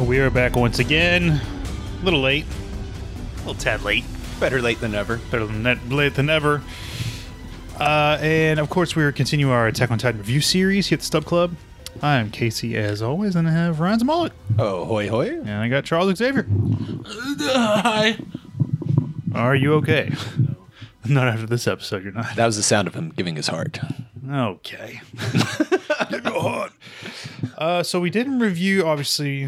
We are back once again. A little late. A little tad late. Better late than never. Better than net, late than ever. Uh, and of course, we are continuing our Attack on Titan review series here at the Stub Club. I am Casey, as always, and I have Ryan's mullet, Oh, hoy hoy. and I got Charles Xavier. Hi. Are you okay? Not after this episode, you're not. That was the sound of him giving his heart. Okay. Uh, so we didn't review, obviously,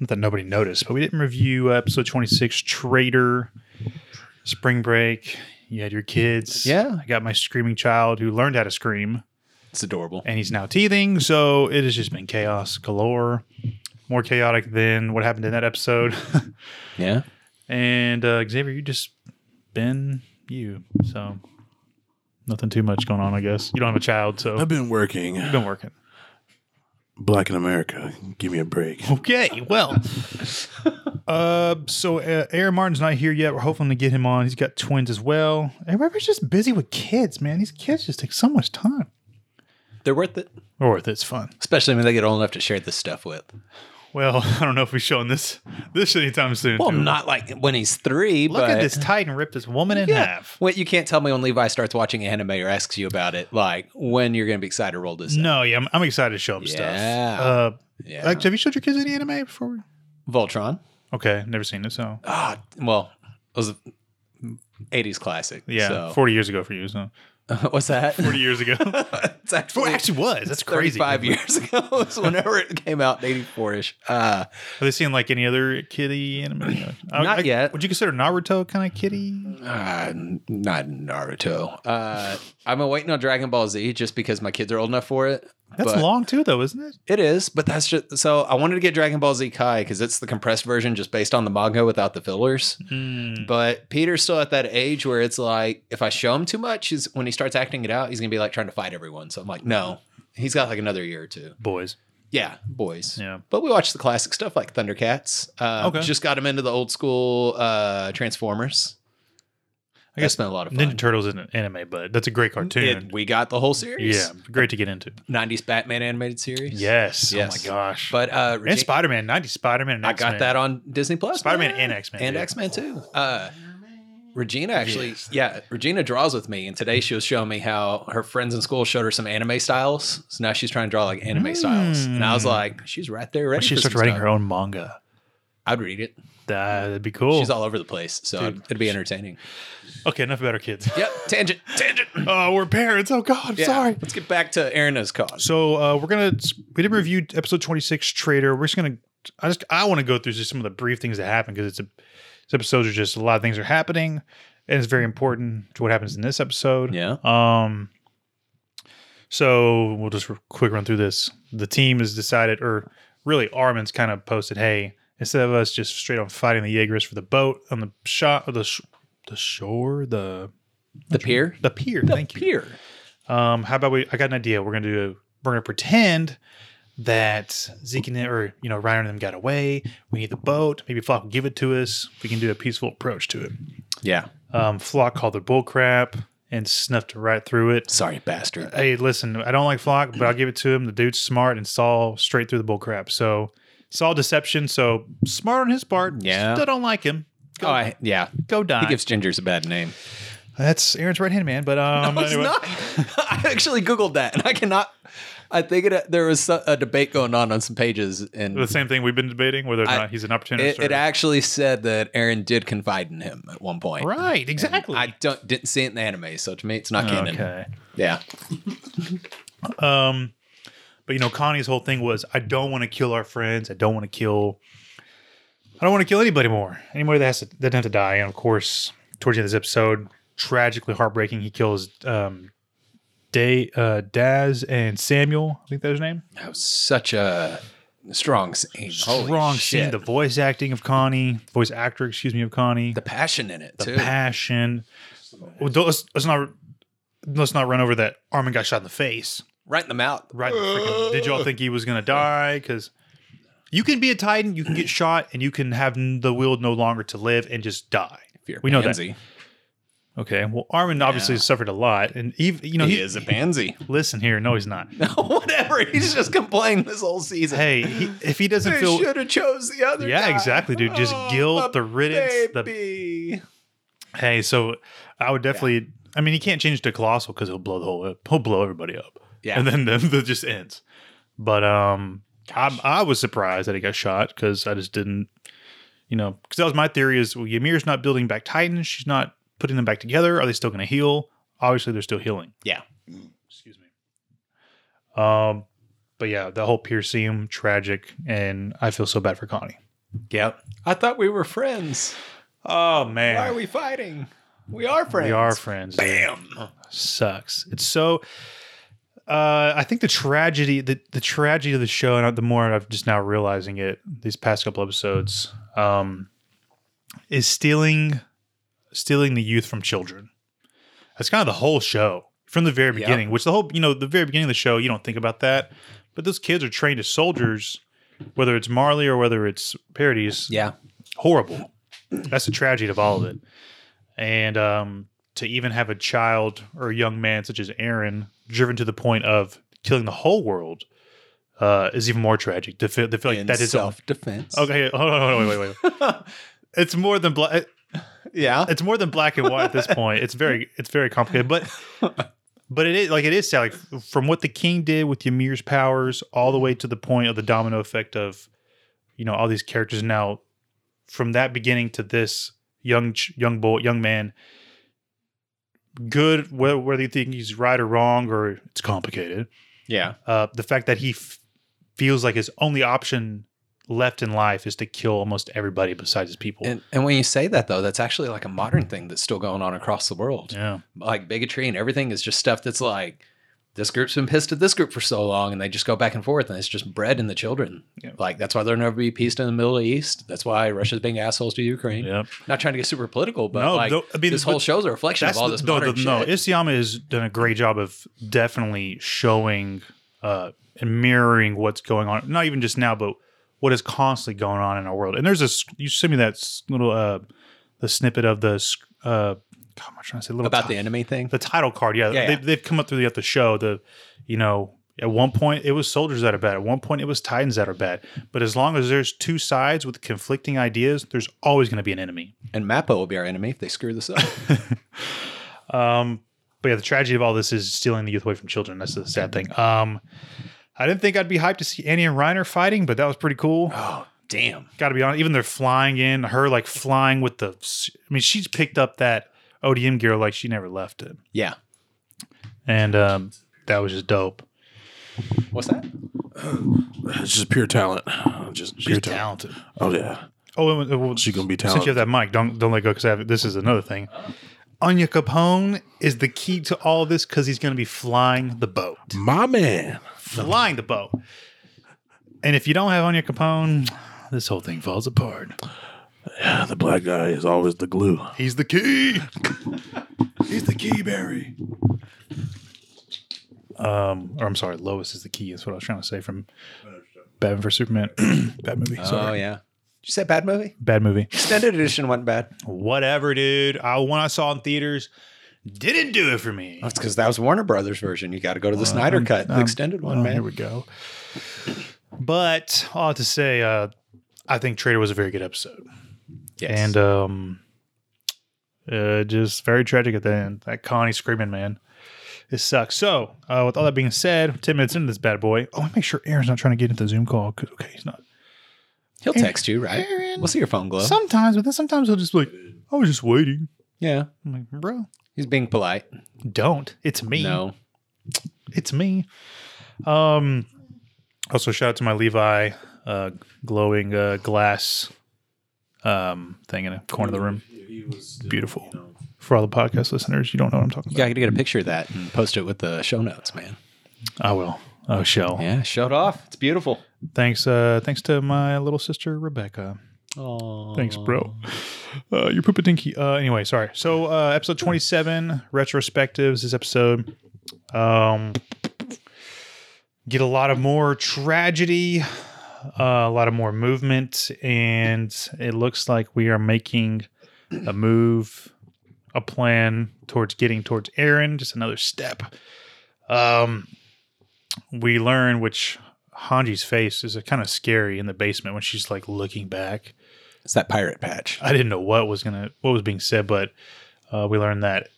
not that nobody noticed, but we didn't review episode 26, Traitor, Spring Break. You had your kids. Yeah. I got my screaming child who learned how to scream, It's adorable. and he's now teething. So it has just been chaos galore. More chaotic than what happened in that episode. Yeah. and uh, Xavier, you just been you. So nothing too much going on, I guess. You don't have a child, so I've been working. you've been working. Black in America. Give me a break. Okay, well, uh, so uh, Aaron Martin's not here yet. We're hoping to get him on. He's got twins as well. Everybody's just busy with kids, man. These kids just take so much time. They're worth it. Or worth it. It's fun. Especially when they get old enough to share this stuff with. Well, I don't know if we're showing this this anytime soon. Well, dude. not like when he's three, Look but uh, at this Titan rip this woman in Yeah. half. Wait, you can't tell me when Levi starts watching anime or asks you about it, like when you're going to be excited to roll this. up. No, yeah, I'm, I'm excited to show him Yeah. stuff. Uh, Yeah. like, have you showed your kids any anime before? we- Voltron. Okay, never seen it. So Ah, well, it was an 80s classic. yeah, So. 40 years ago for you. So What's that? 40 years ago. it's actually, was. That's crazy. 35 years ago. It was whenever it came out, 84 ish. Uh, Are they seeing like any other kitty anime? I- Not I- yet. Would you consider Naruto kind of kitty? Uh, not Naruto. Uh, I've been waiting on Dragon Ball Z just because my kids are old enough for it. That's but long too, though, isn't it? It is, but that's just so. I wanted to get Dragon Ball Z Kai because it's the compressed version, just based on the manga without the fillers. Mm-hmm. But Peter's still at that age where it's like, if I show him too much, is when he starts acting it out, he's gonna be like trying to fight everyone. So I'm like, no, he's got like another year or two. Boys. Yeah, boys. Yeah. But we watch the classic stuff like Thundercats. Uh, Okay. Just got him into the old school uh, Transformers. I I guess guess been a lot of fun. Ninja Turtles isn't an anime, but that's a great It- cartoon. we got the whole series. yeah, great to get into. 90s Batman animated series. Yes. Yes. Oh my gosh. But uh and Regina- Spider Man, 90 Spider Man and I X-Men. got that on Disney Plus. Spider-Man man. and X-Men, And yeah. X-Men too. Uh Regina actually, Yes. yeah, Regina draws with me, and today she was showing me how her friends in school showed her some anime styles. So now she's trying to draw like anime styles, and I was like, she's right there, ready. Mm. She for starts some writing stuff. her own manga. I'd read it. That, would be cool. She's all over the place, so Dude. it'd- it'd be entertaining. okay, enough about our kids. Yep, tangent, tangent. Oh, we're parents. Oh God, I'm Yeah, sorry. Let's get back to Erina's cause. So uh, we're gonna we did review episode twenty six Trader. We're just gonna I just I want to go through just some of the brief things that happen because it's a this episodes are just a lot of things are happening and it's very important to what happens in this episode. Yeah. Um. So we'll just r- quick run through this. The team has decided, or really, Armin's kind of posted, "Hey, instead of us just straight on fighting the Jaegers for the boat on the shot, the sh- the shore, the The pier. the pier. thank you. Pier. Um, how about we? I got an idea. We're gonna do. We're gonna pretend that Zeke and or you know Ryan and them got away. We need the boat. Maybe Flock will give it to us. We can do a peaceful approach to it. Yeah. Um, Flock called their bull crap and snuffed right through it. Sorry, bastard. Hey, listen, I don't like Flock, but I'll give it to him. The dude's smart and saw straight through the bull crap. So saw deception. So smart on his part. Yeah. still don't like him. Go, Oh, I, yeah. go die. He gives Gingers a bad name. That's Aaron's right hand man. But um, It's anyway. not. I actually Googled that and I cannot. I think it, there was so- a debate going on on some pages and the same thing we've been debating whether or I- not he's an opportunist. it, it or- actually said that Aaron did confide in him at one point. Right, exactly. I don't, didn't see it in the anime, so to me, it's not canon. okay. Yeah. Um, but you know, Connie's whole thing was, I don't want to kill our friends. I don't want to kill. I don't want to kill anybody more. Anybody that has to that doesn't have to die. And of course, towards the end of this episode, tragically heartbreaking, he kills um, Day uh, Daz and Samuel. I think that was his name. That was such a strong scene. Holy Strong shit. scene. The voice acting of Connie, voice actor, excuse me, of Connie. The passion in it, too. passion. Well, don't- let's, let's not let's not run over that. Armin got shot in the face. right in the mouth. right in the freaking, did y'all think he was gonna die because you can be a titan you can get shot and you can have n- the will no longer to live and just die If you're a we know that pansy. Okay. Well, Armin obviously Yeah. suffered a lot, and even you know he, is a pansy. Listen here, no, he's not. Whatever. He's just complained this whole season. Hey, he, if he doesn't they feel, should have chose the other. yeah, guy. exactly, dude. Just Oh, my guilt, the riddance, the baby. hey. So I would definitely. I mean, he can't change to colossal because he'll blow the whole. He'll blow everybody up, Yeah. and then the, the just ends. But um, I, I was surprised that he got shot because I just didn't, you know, because that was my theory is well, Ymir's not building back Titans. She's not putting them back together. Are they still going to heal? Obviously, they're still healing. Yeah. Excuse me. Um, but yeah, the whole Pierceum tragic, and I feel so bad for Connie. yep. I thought we were friends. Oh Why are man, we fighting? We are friends. we are friends. dude. Bam. sucks. It's so. Uh, I think the tragedy, the, the tragedy of the show, and the more I've just now realizing it these past couple episodes, um, is stealing, stealing the youth from children. That's kind of the whole show from the very Yeah. beginning. Which the whole, you know, the very beginning of the show, you don't think about that, but those kids are trained as soldiers, whether it's Marley or whether it's Parodies Yeah. horrible. That's the tragedy of all of it. And um, to even have a child or a young man such as Aaron driven to the point of killing the whole world uh, is even more tragic. To feel, to feel like In that is self-defense. okay. Hold on, hold on, wait, wait, wait. it's more than black. Yeah. It's more than black and white at this point. It's very, it's very complicated, but. But it is like it is sad. Like from what the king did with Ymir's powers, all the way to the point of the domino effect of, you know, all these characters now, from that beginning to this young ch- young boy, young man. Good, whether, whether you think he's right or wrong, or it's complicated. Yeah. Uh, the fact that he f- feels like his only option left in life is to kill almost everybody besides his people. And and when you say that though, that's actually like a modern thing that's still going on across the world. yeah, like bigotry and everything is just stuff that's like this group's been pissed at this group for so long and they just go back and forth and it's just bred in the children. Yeah. Like that's why there'll never be peace in the Middle East. That's why Russia's being assholes to Ukraine. yeah. Not trying to get super political, but No, like no, I mean, this whole but show's a reflection of all this no, modern no. shit. Isayama has done a great job of definitely showing uh, and mirroring what's going on. Not even just now, but what is constantly going on in our world. And there's this. You sent me that s- little uh, the snippet of the. s- Uh, God, am I trying to say? Little about ti- the enemy thing. the title card. Yeah, Yeah, they, yeah. they've come up through the, the show. The you know at one point it was soldiers that are bad. At one point it was Titans that are bad. But as long as there's two sides with conflicting ideas, there's always going to be an enemy. And Mappa will be our enemy if they screw this up. Um, but yeah, the tragedy of all this is stealing the youth away from children. That's the sad thing. Um, I didn't think I'd be hyped to see Annie and Reiner fighting, but that was pretty cool. oh, damn. Got to be honest, even they're flying in her like flying with the. I mean, she's picked up that ODM gear like she never left it, Yeah. and um, that was just dope. What's that? It's just pure talent. Just pure talent. talented. Oh yeah. Oh, and- and- well, She gonna be Since you have that mic, don't don't let go because this is another thing. Anya Capone is the key to all this because he's going to be flying the boat, My man. flying the boat. And if you don't have Anya Capone, this whole thing falls apart. Yeah, the black guy is always the glue. He's the key. He's the key, Barry. Um, or I'm sorry, Lois is the key. That's what I was trying to say from Batman for Superman. Bad movie. Oh Sorry. yeah. Did you say bad movie? Bad movie. Extended edition wasn't bad. Whatever, dude. I when I saw it in theaters, didn't do it for me. That's because that was Warner Brothers version. You got to go to the Snyder I'm- cut, the I'm- extended one, Oh, man. Here we go. But all I have to say, uh, I think Trader was a very good episode, Yes. and um, uh, just very tragic at the end. That Connie screaming, man, it sucks. So, uh, with all that being said, ten minutes into this bad boy. Oh, and make sure Aaron's not trying to get into the Zoom call. 'cause- okay, he's not. He'll text you, right? Aaron. We'll see your phone glow. Sometimes, but then sometimes he'll just be like, I was just waiting. yeah. I'm like, bro, He's being polite. don't. It's me. No. it's me. Um, also shout out to my Levi uh, glowing uh, glass um, thing in a corner of the room. Beautiful. For all the podcast listeners, you don't know what I'm talking You about. got to get a picture of that and post it with the show notes, man. I will. Oh, shall. Yeah, show it off. It's beautiful. Thanks. Uh, thanks to my little sister Rebecca. Oh. Thanks, bro. Uh, you're poop dinky. Uh, anyway, sorry. So, uh, episode 27, retrospectives. This episode, um, get a lot of more tragedy, uh, a lot of more movement, and it looks like we are making a move a plan towards getting towards Aaron, just another step. Um, we learn which Hanji's face is kind of scary in the basement when she's like looking back. It's that pirate patch. I didn't know what was gonna what was being said, but uh, we learned that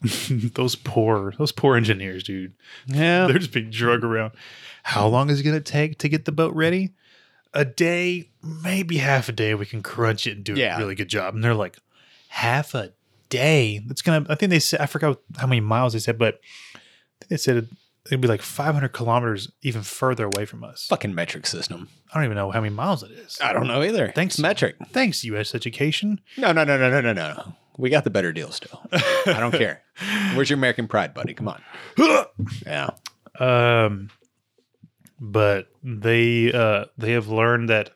those poor those poor engineers, dude, Yeah. they're just being drug around. How long is it gonna take to get the boat ready? A day, maybe half a day. We can crunch it and do Yeah. a really good job. And they're like, half a day. That's gonna. I think they said I forgot how many miles they said, but I think they said it'd be like 500 kilometers even further away from us. Fucking metric system. I don't even know how many miles it is. I don't know either. Thanks. It's metric. Thanks, U.S. education. No, no, no, no, no, no, no. We got the better deal still. I don't care. Where's your American pride, buddy? Come on. Yeah. Um, but they uh, they have learned that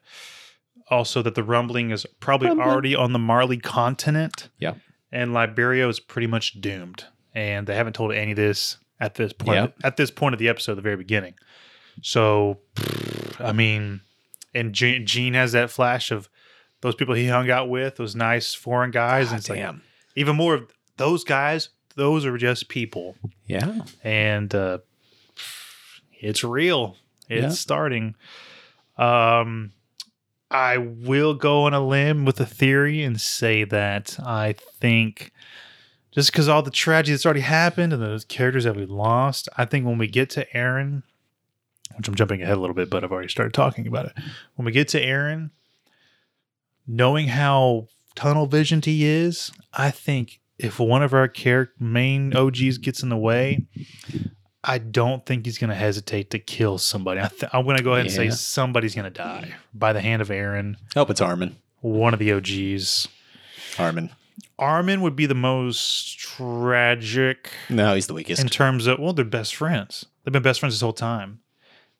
also that the rumbling is probably Rumbling. already on the Marley continent. Yeah. and Liberia is pretty much doomed, and they haven't told Annie this at this point. Yeah. At this point of the episode, the very beginning. So, I mean, and Gene, Gene has that flash of those people he hung out with, those nice foreign guys, and it's like Damn. even more of those guys. Those are just people Yeah. and uh, it's real. It's Yeah. starting. Um, I will go on a limb with a theory and say that I think just because all the tragedy that's already happened and those characters that we lost, I think when we get to Aaron, which I'm jumping ahead a little bit, but I've already started talking about it. When we get to Aaron, knowing how tunnel visioned he is, I think if one of our char- main OGs gets in the way, I don't think he's going to hesitate to kill somebody. I th- I'm going to go ahead and say Yeah. somebody's going to die by the hand of Aaron, Hope it's Armin. one of the OGs. Armin. Armin would be the most tragic No, he's the weakest. in terms of well, they're best friends. They've been best friends this whole time,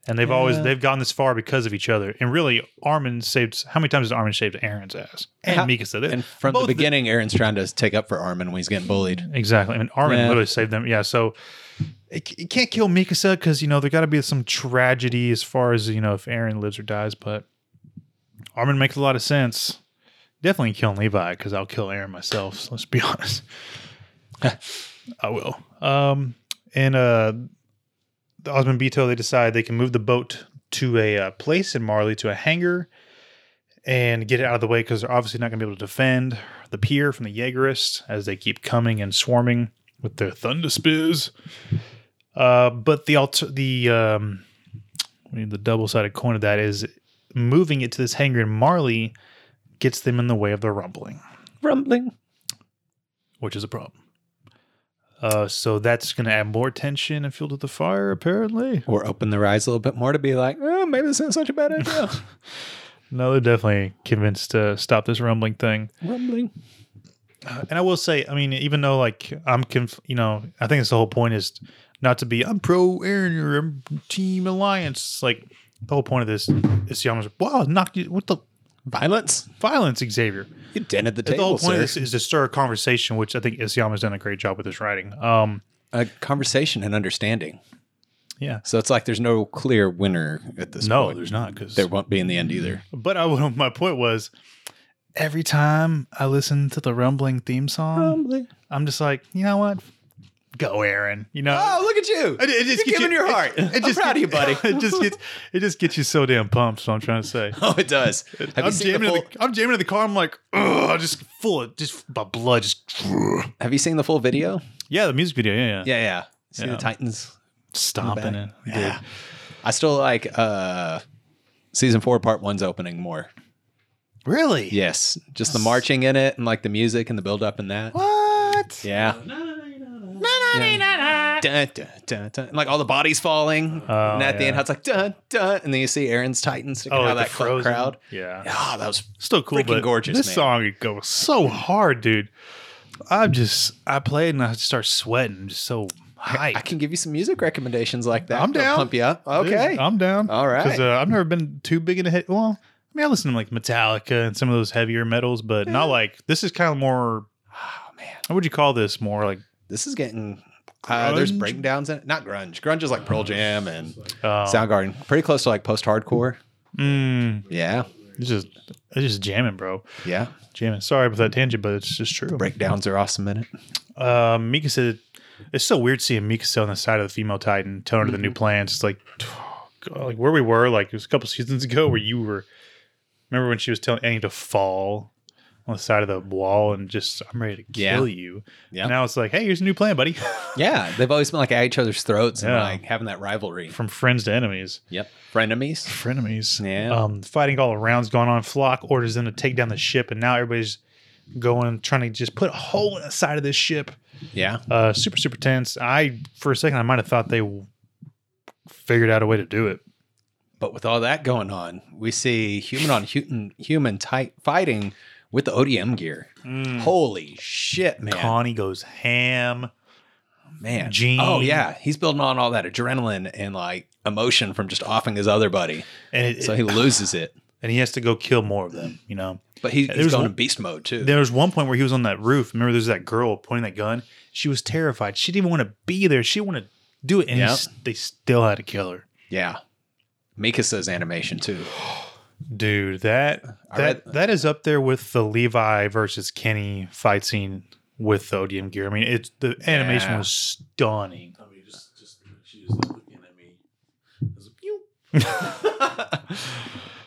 and they've always Yeah. they've gotten this far because of each other. And really, Armin saved how many times has Armin saved Aaron's ass and How- Mika said it And from Both the the- beginning, Aaron's trying to take up for Armin when he's getting bullied. exactly. And Armin Yeah. literally saved them. Yeah, so. It, it can't kill Mikasa because you know there got to be some tragedy as far as you know if Aaron lives or dies. But Armin makes a lot of sense. Definitely killing Levi because I'll kill Aaron myself. So let's be honest. I will. Um, and uh, the Osmond Beto, they decide they can move the boat to a uh, place in Marley to a hangar and get it out of the way because they're obviously not going to be able to defend the pier from the Jaegerists as they keep coming and swarming with their thunder spears. Uh, but the alter- the um, I mean, the double sided coin of that is moving it to this hangar in Marley gets them in the way of the rumbling, Rumbling. which is a problem. Uh, so that's going to add more tension and fuel to the fire, apparently. Or open their eyes a little bit more to be like, oh, maybe this isn't such a bad idea. No, they're definitely convinced to stop this rumbling thing. Rumbling. Uh, and I will say, I mean, even though like I'm, conf- you know, I think it's the whole point is not to be I'm pro Aaron or I'm Team Alliance. It's like the whole point of this is Yama's wow, knock you what the Violence. violence, Xavier. You dented the the whole table, point sir. of this is to stir a conversation, which I think Isayama's done a great job with his writing. Um, a conversation and understanding. yeah, So it's like there's no clear winner at this no, point. there's not because. There won't be in the end either. But I, my point was, every time I listen to the rumbling theme song, Rumbling. I'm just like, you know what? Go, Aaron. You know, Oh, look at you. It- it just You're gets giving you- your heart. it I'm just proud of you, gets- buddy. it just gets it just gets you so damn pumped. So I'm trying to say. oh, it does. Have you I'm seen the jamming, full, in the, I'm jamming in the car. I'm like, ugh, just full of just my blood. Just Have you seen the full video? yeah, the music video. Yeah, yeah, Yeah, yeah. See Yeah. the Titans stomping it. Yeah. I still like uh season four, part one's opening more. Really? Yes. Just the marching in it and like the music and the build up in that. What? Yeah. Yeah. Dun, dun, dun, dun. And, Like all the bodies falling. Oh, and at the yeah. end, how it's like dun dun. And then you see Aaron's Titans sticking Oh, out like the of that cl- Frozen? crowd. Yeah. Ah, that was Still cool, Freaking but gorgeous, This man. song goes so hard, dude. I'm just I played and I start sweating, I'm just so hyped. I can give you some music recommendations like that. I'm They'll down. Pump you up. Dude, Okay. I'm down. All right. because uh, I've never been too big into hit. Well, I mean, I listen to like Metallica and some of those heavier metals, but not like this is kind of more. oh man, What would you call this? More like this is getting. Uh, there's Grunge? breakdowns in it. Not grunge. Grunge is like Pearl Jam and uh, Soundgarden. Pretty close to like post hardcore. mm, Yeah. It's just it's just jamming, bro. Yeah. Jamming. Sorry about that tangent, but it's just true. Breakdowns are awesome in it. Um, Mika said it's so weird seeing Mika on the side of the female Titan, telling her Mm-hmm. the new plans. It's like, God, like where we were, like it was a couple seasons ago, where you were. Remember when she was telling Annie to fall on the side of the wall and just, I'm ready to Yeah. kill you. Yeah. Now it's like, hey, here's a new plan, buddy. Yeah. They've always been like at each other's throats and Yeah. like having that rivalry. From friends to enemies, Yep. Frenemies. frenemies. Yeah. Um, fighting all around's going on. Flock orders them to take down the ship, and now everybody's going trying to just put a hole in the side of this ship. Yeah. uh, super super tense. I for a second I might have thought they w- figured out a way to do it. But with all that going on, we see human on human human tight fighting with the ODM gear. Holy shit, man. Mm. Connie goes ham. man. Gene. Oh yeah. He's building on all that adrenaline and like emotion from just offing his other buddy. And it, So he loses it. and he has to go kill more of them. You know, But he, There he's was going one- to beast mode too. there was one point where he was on that roof. Remember, there's that girl pointing that gun. She was terrified. She didn't want to be there. She wanted to do it, and he Yep. s- they still had to kill her. yeah. Mikasa's animation too. Dude, that I that read- that is up there with the Levi versus Kenny fight scene with the ODM gear. I mean, it's the animation Yeah. was stunning. I mean, just, just, she was looking at me.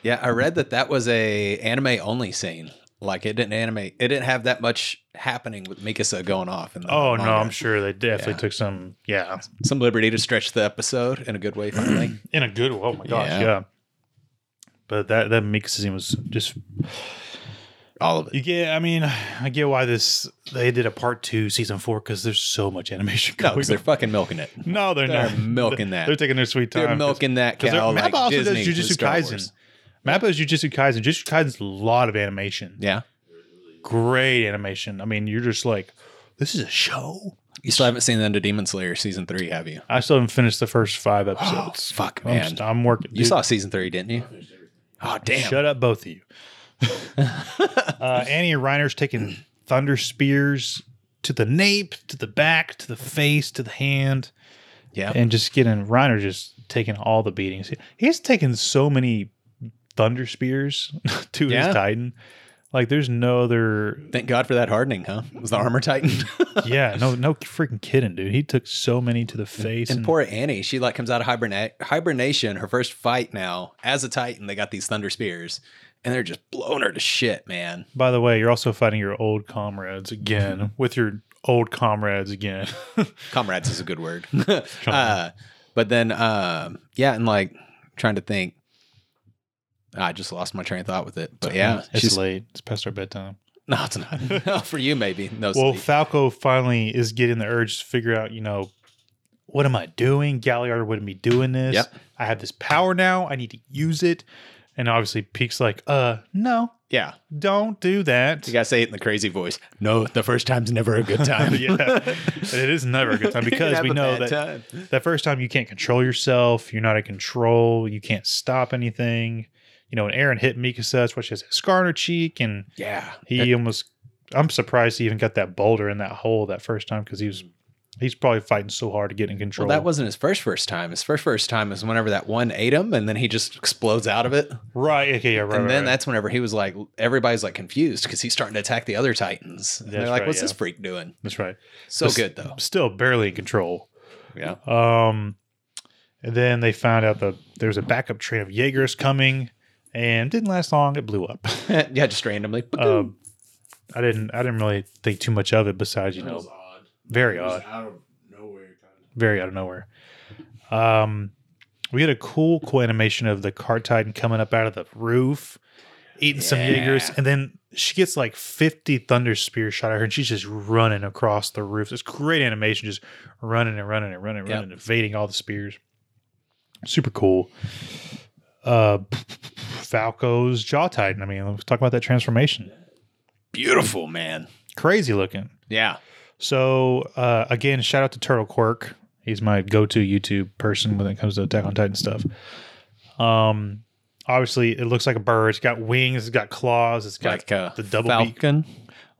Yeah, I read that that was a anime only scene. Like it didn't animate. It didn't have that much happening with Mikasa going off. And Oh no, I'm sure they definitely Yeah. took some. Yeah, some liberty to stretch the episode in a good way. Finally, in a good. Oh my gosh, Yeah. yeah. But that that Mika scene was just. all of it. You get. I mean, I get why this they did a part two season four because there's so much animation. No, going because they're on. fucking milking it. no, they're, they're not milking that. They're taking their sweet time. They're 'cause- milking that 'cause they're- cow. Like Mappa also Disney does with Jujutsu Star Kaisen. Wars. Mappa does Jujutsu Kaisen. Jujutsu Kaisen's a lot of animation. Yeah, Great animation. I mean, you're just like, this is a show. you still haven't seen the end of Demon Slayer season three, have you? I still haven't finished the first five episodes. Oh, fuck, I'm, man. st- I'm working. You saw season three, didn't you? Oh damn! Shut up, both of you. uh, Annie and Reiner's taking thunder spears to the nape, to the back, to the face, to the hand, Yeah, and just getting Reiner just taking all the beatings. He's taken so many thunder spears to Yeah. his Titan. Like there's no other. thank God for that hardening, huh? It was the armor titan? Yeah, no, no freaking kidding, dude. He took so many to the face. And and- poor Annie, she like comes out of hibernate hibernation. Her first fight now as a Titan, they got these thunder spears, and they're just blowing her to shit, man. by the way, you're also fighting your old comrades again with your old comrades again. Comrades is a good word. uh, but then, um, yeah, and like trying to think, I just lost my train of thought with it. But yeah, it's she's late. It's past our bedtime. no, it's not for you. Maybe no. Well, sleep. Falco finally is getting the urge to figure out, you know, what am I doing? Galliard wouldn't be doing this. Yep. I have this power now. I need to use it. And obviously, Peek's like, uh, no, yeah, don't do that. you gotta say it in the crazy voice. No, the first time's never a good time. yeah. And it is never a good time You can because have we a know that bad time. that first time you can't control yourself. You're not in control. You can't stop anything. You know, and Aaron hit Mikasa. That's why she has a scar on her cheek. And Yeah, He almost. I'm surprised he even got that boulder in that hole that first time because he was. He's probably fighting so hard to get in control. Well, that wasn't his first first time. His first first time is whenever that one ate him, and then he just explodes out of it. right. Okay. Yeah. Right. and right, then right. that's whenever he was like, everybody's like confused because he's starting to attack the other Titans. And they're That's like, right, "What's this yeah. freak doing?" that's right. So This- good though. Still barely in control. Yeah. Um, and then they found out that there was a backup train of Jaegers coming, and didn't last long. It blew up. yeah, just randomly. Um, I didn't. I didn't really think too much of it. Besides, you That was know, odd. very It was odd. out of nowhere, kind of. very out of nowhere. Um, we had a cool, cool animation of the car titan coming up out of the roof, eating some Yeah. Jaegers, and then she gets like 50 thunder spears shot at her, and she's just running across the roof. It's great animation, just running and running and running and Yep. running, evading all the spears. Super cool. Uh, Falco's jaw titan. I mean, let's talk about that transformation. Beautiful man. Crazy looking. Yeah. So uh, again, shout out to Turtle Quirk. He's my go-to YouTube person when it comes to Attack on Titan stuff. Um, obviously, it looks like a bird. It's got wings. It's got claws. It's got Like uh, the double beak, Falcon.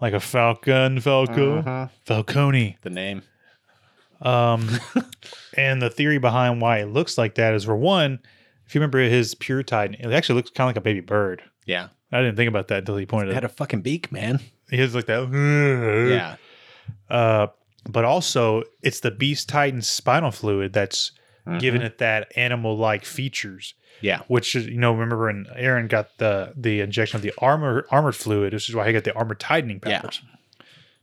like a falcon, falco, falcone. The name. Um, and the theory behind why it looks like that is for one, if you remember his pure Titan, it actually looks kind of like a baby bird. Yeah. I didn't think about that until he pointed It it had a fucking beak, man. He was like that. Yeah. Uh, but also, it's the Beast Titan spinal fluid that's Mm-hmm. giving it that animal like features. Yeah. Which is, you know, remember when Aaron got the the injection of the armor armored fluid, which is why he got the armor tightening Yeah. powers.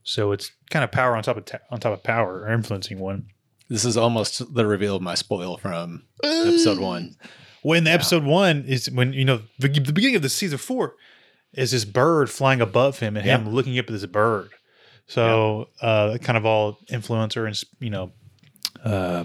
So it's kind of power on top of ta- on top of power or influencing one. This is almost the reveal of my spoil from episode one. When the episode one is when you know the, the beginning of the season four is this bird flying above him and him looking up at this bird. So uh, that kind of all influencer and you know uh,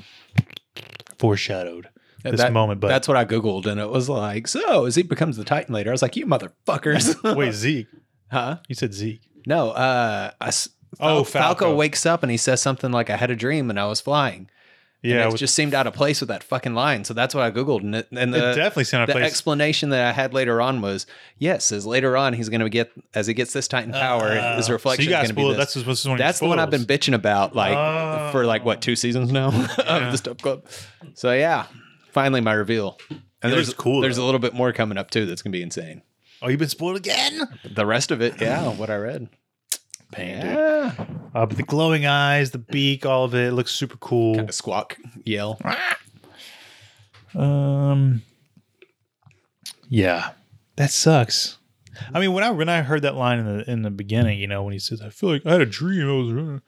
foreshadowed this That- moment. But That's what I Googled, and it was like, so as he becomes the Titan later, I was like, you motherfuckers. wait, Zeke, huh? you said Zeke. No, uh, I s Oh, Fal- Falco. Falco. wakes up and he says something like, I had a dream and I was flying. Yeah, and it it was- just seemed out of place with that fucking line. So that's what I Googled. And, it, and it the, definitely sounded the place. explanation that I had later on was, yes, as later on, he's going to get, as he gets this Titan power, Uh, his so reflection you is got going to be spoiled. this. That's, this is one of your That's the one I've been spoils. bitching about, like for like what two seasons now of Yeah. the Stuff Club. So yeah, finally my reveal. And It there's was cool, There's though. a little bit more coming up too. That's gonna be insane. Oh, you've been spoiled again. But the rest of it, yeah, what I read. yeah. Uh, but the glowing eyes, the beak, all of it, it looks super cool. Kind of squawk yell. Um, yeah, that sucks. I mean, when I when I heard that line in the in the beginning, you know, when he says, "I feel like I had a dream," I was. uh,"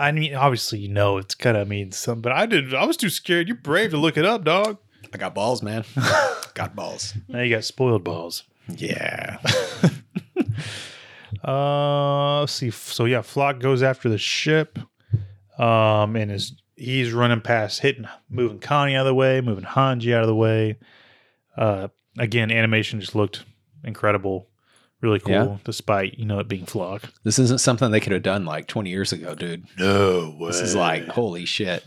I mean, obviously, you know, it's kind of means something, but I did. I was too scared. You're brave to look it up, dog. I got balls, man. got balls. Now you got spoiled balls. Yeah. Uh, let's see. So yeah, Flock goes after the ship, um, and is he's running past, hitting, moving Connie out of the way, moving Hanji out of the way. Uh, again, animation just looked incredible, really cool, Yeah. despite you know it being Flock. This isn't something they could have done like 20 years ago, dude. No way. This is like holy shit.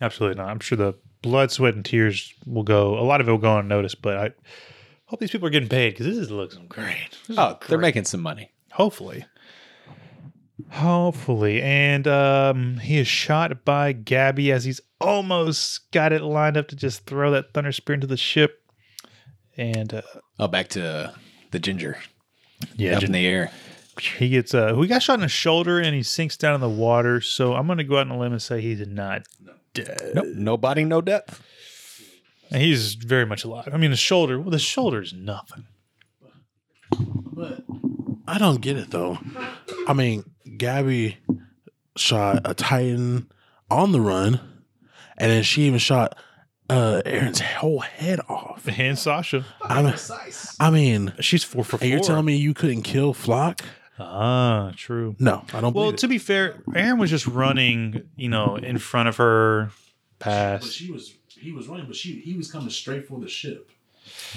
Absolutely not. I'm sure the blood, sweat, and tears will go. A lot of it will go unnoticed, but I hope these people are getting paid because this is looks great. This is Oh, they're great. making some money. Hopefully. Hopefully. And um, he is shot by Gabby as he's almost got it lined up to just throw that thunder spear into the ship. And uh, Oh, back to the ginger yeah, up in the air. he gets uh, he got shot in the shoulder and he sinks down in the water. So I'm gonna go out on a limb and say he's not dead. Nope. No body, no depth. And he's very much alive. I mean, the shoulder, well, the shoulder is nothing. I don't get it though. I mean, Gabby shot a Titan on the run, and then she even shot uh, Aaron's whole head off. And Sasha, I'm, I mean, she's four for four. and you're telling me you couldn't kill Flock? ah, true. No, I Well, don't. believe it. to be fair, Aaron was just running, you know, in front of her But past. she was he was running, but she he was coming straight for the ship.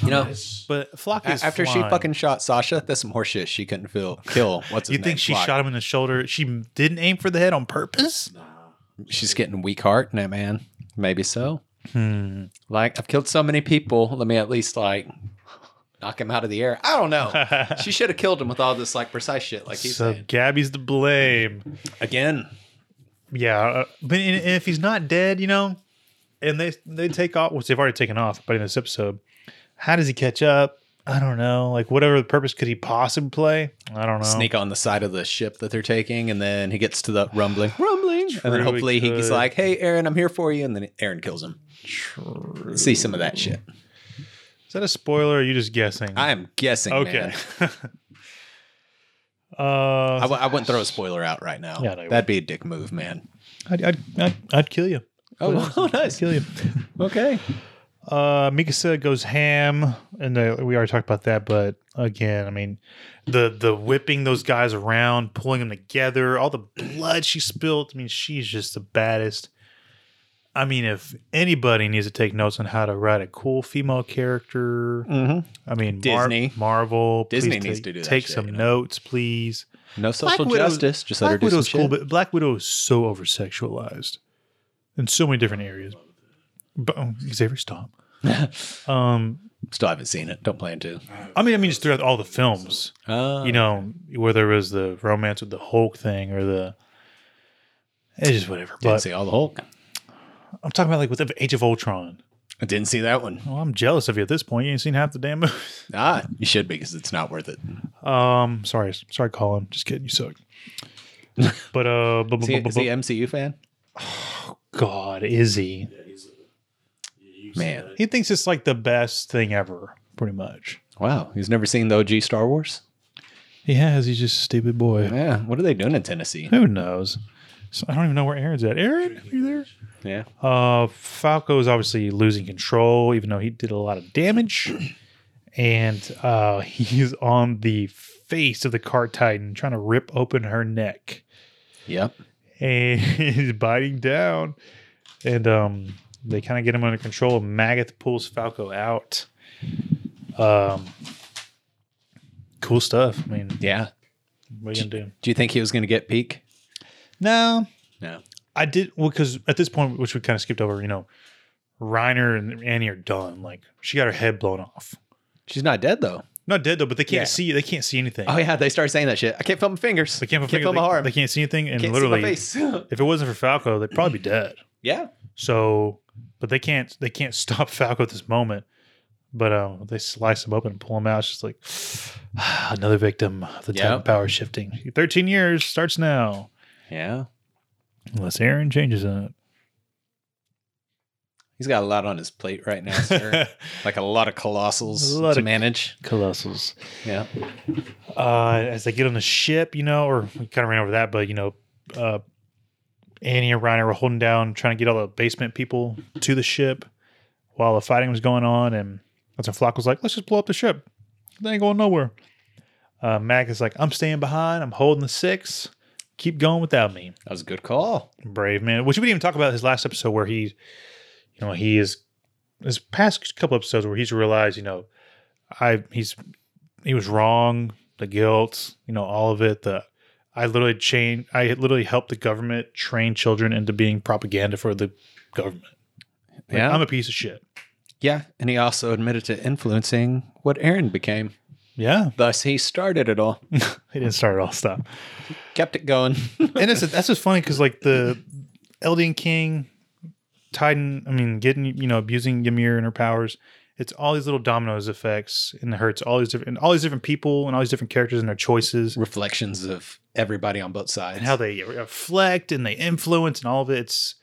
You know, It's- But Flock A- is after she flying. fucking shot Sasha, that's some horse shit she couldn't feel kill. What's his You think she shot him in the shoulder? She didn't aim for the head on purpose. him? She's getting weak heart, now, man. Maybe so. Hmm. Like I've killed so many people. Let me at least like knock him out of the air. I don't know. she should have killed him with all this like precise shit. Like he's So Gabby's to blame. again. Yeah, uh, but and- and if he's not dead, you know, and they they take off, which they've already taken off, but in this episode, how does he catch up? I don't know. Like whatever purpose could he possibly play? I don't know. Sneak on the side of the ship that they're taking, and then he gets to the rumbling, rumbling, and True, then he hopefully he he's could. like, "Hey, Aaron, I'm here for you," and then Aaron kills him. See some of that shit. Is that a spoiler? Or are you just guessing? I am guessing. okay. man. uh, I, w- I wouldn't throw a spoiler out right now. Yeah, no, you That'd be a dick move, man. I'd, I'd, I'd, I'd kill you. Oh, nice. Kill you. Okay. Uh, Mikasa goes ham, and the, we already talked about that. But again, I mean, the the whipping those guys around, pulling them together, all the blood she spilled. I mean, she's just the baddest. I mean, if anybody needs to take notes on how to write a cool female character, Mm-hmm. I mean, Disney. Marvel, please Disney needs take- to do that Take shit, some you know? notes, please. No social Black Widow- justice. Just let her Black do some Widow's shit. cool, but Black Widow is so over sexualized in so many different areas. But um, Xavier, stop. um, Still haven't seen it. Don't plan to. I mean, I mean, just throughout all the films, Uh, you know, whether it was the romance with the Hulk thing or the, it's just whatever. didn't But see all the Hulk. I'm talking about like with the Age of Ultron. I didn't see that one. Well, I'm jealous of you at this point. You ain't seen half the damn movie. Ah, you should be because it's not worth it. Um, sorry, sorry, Colin. Just kidding. You suck. But uh, bu- bu- Is he, bu- bu- is he an MCU fan? God, is he? Yeah, he's a, yeah, you Man. said it. He thinks it's like the best thing ever, pretty much. Wow, he's never seen the OG Star Wars. He has. He's just a stupid boy. Yeah, what are they doing in Tennessee? Who knows? So I don't even know where Aaron's at. Aaron, are you there? Yeah, Uh, Falco is obviously losing control, even though he did a lot of damage. And uh, he's on the face of the cart titan, trying to rip open her neck. yep. And he's biting down. And um, they kind of get him under control. Magath pulls Falco out. Um, cool stuff. I mean, Yeah. what are you going to do? Do you think he was going to get peak? No, No. I did well because at this point, which we kind of skipped over, you know, Reiner and Annie are done. Like she got her head blown off. She's not dead though. Not dead though, but they can't Yeah. see. They can't see anything. Oh yeah, they start saying that shit. I can't feel my fingers. They can't, can't figure- feel my they, arm. they can't see anything, and Can't see my literally, face. if it wasn't for Falco, they'd probably be dead. yeah. So, but they can't. They can't stop Falco at this moment. But um, they slice him open and pull him out. It's just like another victim of the Yep. Titan power shifting. Thirteen years starts now, Yeah. unless Aaron changes it. He's got a lot on his plate right now, sir. like a lot of colossals A lot to of- manage. Colossals. Yeah. uh, as they get on the ship, you know, or we kind of ran over that, but you know, uh, Annie and Reiner were holding down, trying to get all the basement people to the ship while the fighting was going on, and that's when Flock was like, "Let's just blow up the ship. They ain't going nowhere." Uh, Mac is like, "I'm staying behind. I'm holding the six. Keep going without me." That was a good call. Brave man, which we didn't even talk about his last episode where he, you know, he is his past couple episodes where he's realized, you know, I he's he was wrong, the guilt, you know, all of it. The I literally changed, I literally helped the government train children into being propaganda for the government. Like, yeah. I'm a piece of shit. yeah. And he also admitted to influencing what Aaron became. Yeah, Thus, he started it all, he didn't start it all. Stop. kept it going. and it's that's just funny because like the Eldian King, Titan. I mean, getting you know abusing Ymir and her powers. It's all these little dominoes effects, and it hurts all these different, and all these different people, and all these different characters and their choices, Reflections of everybody on both sides. and how they reflect and they influence, and all of it. It's,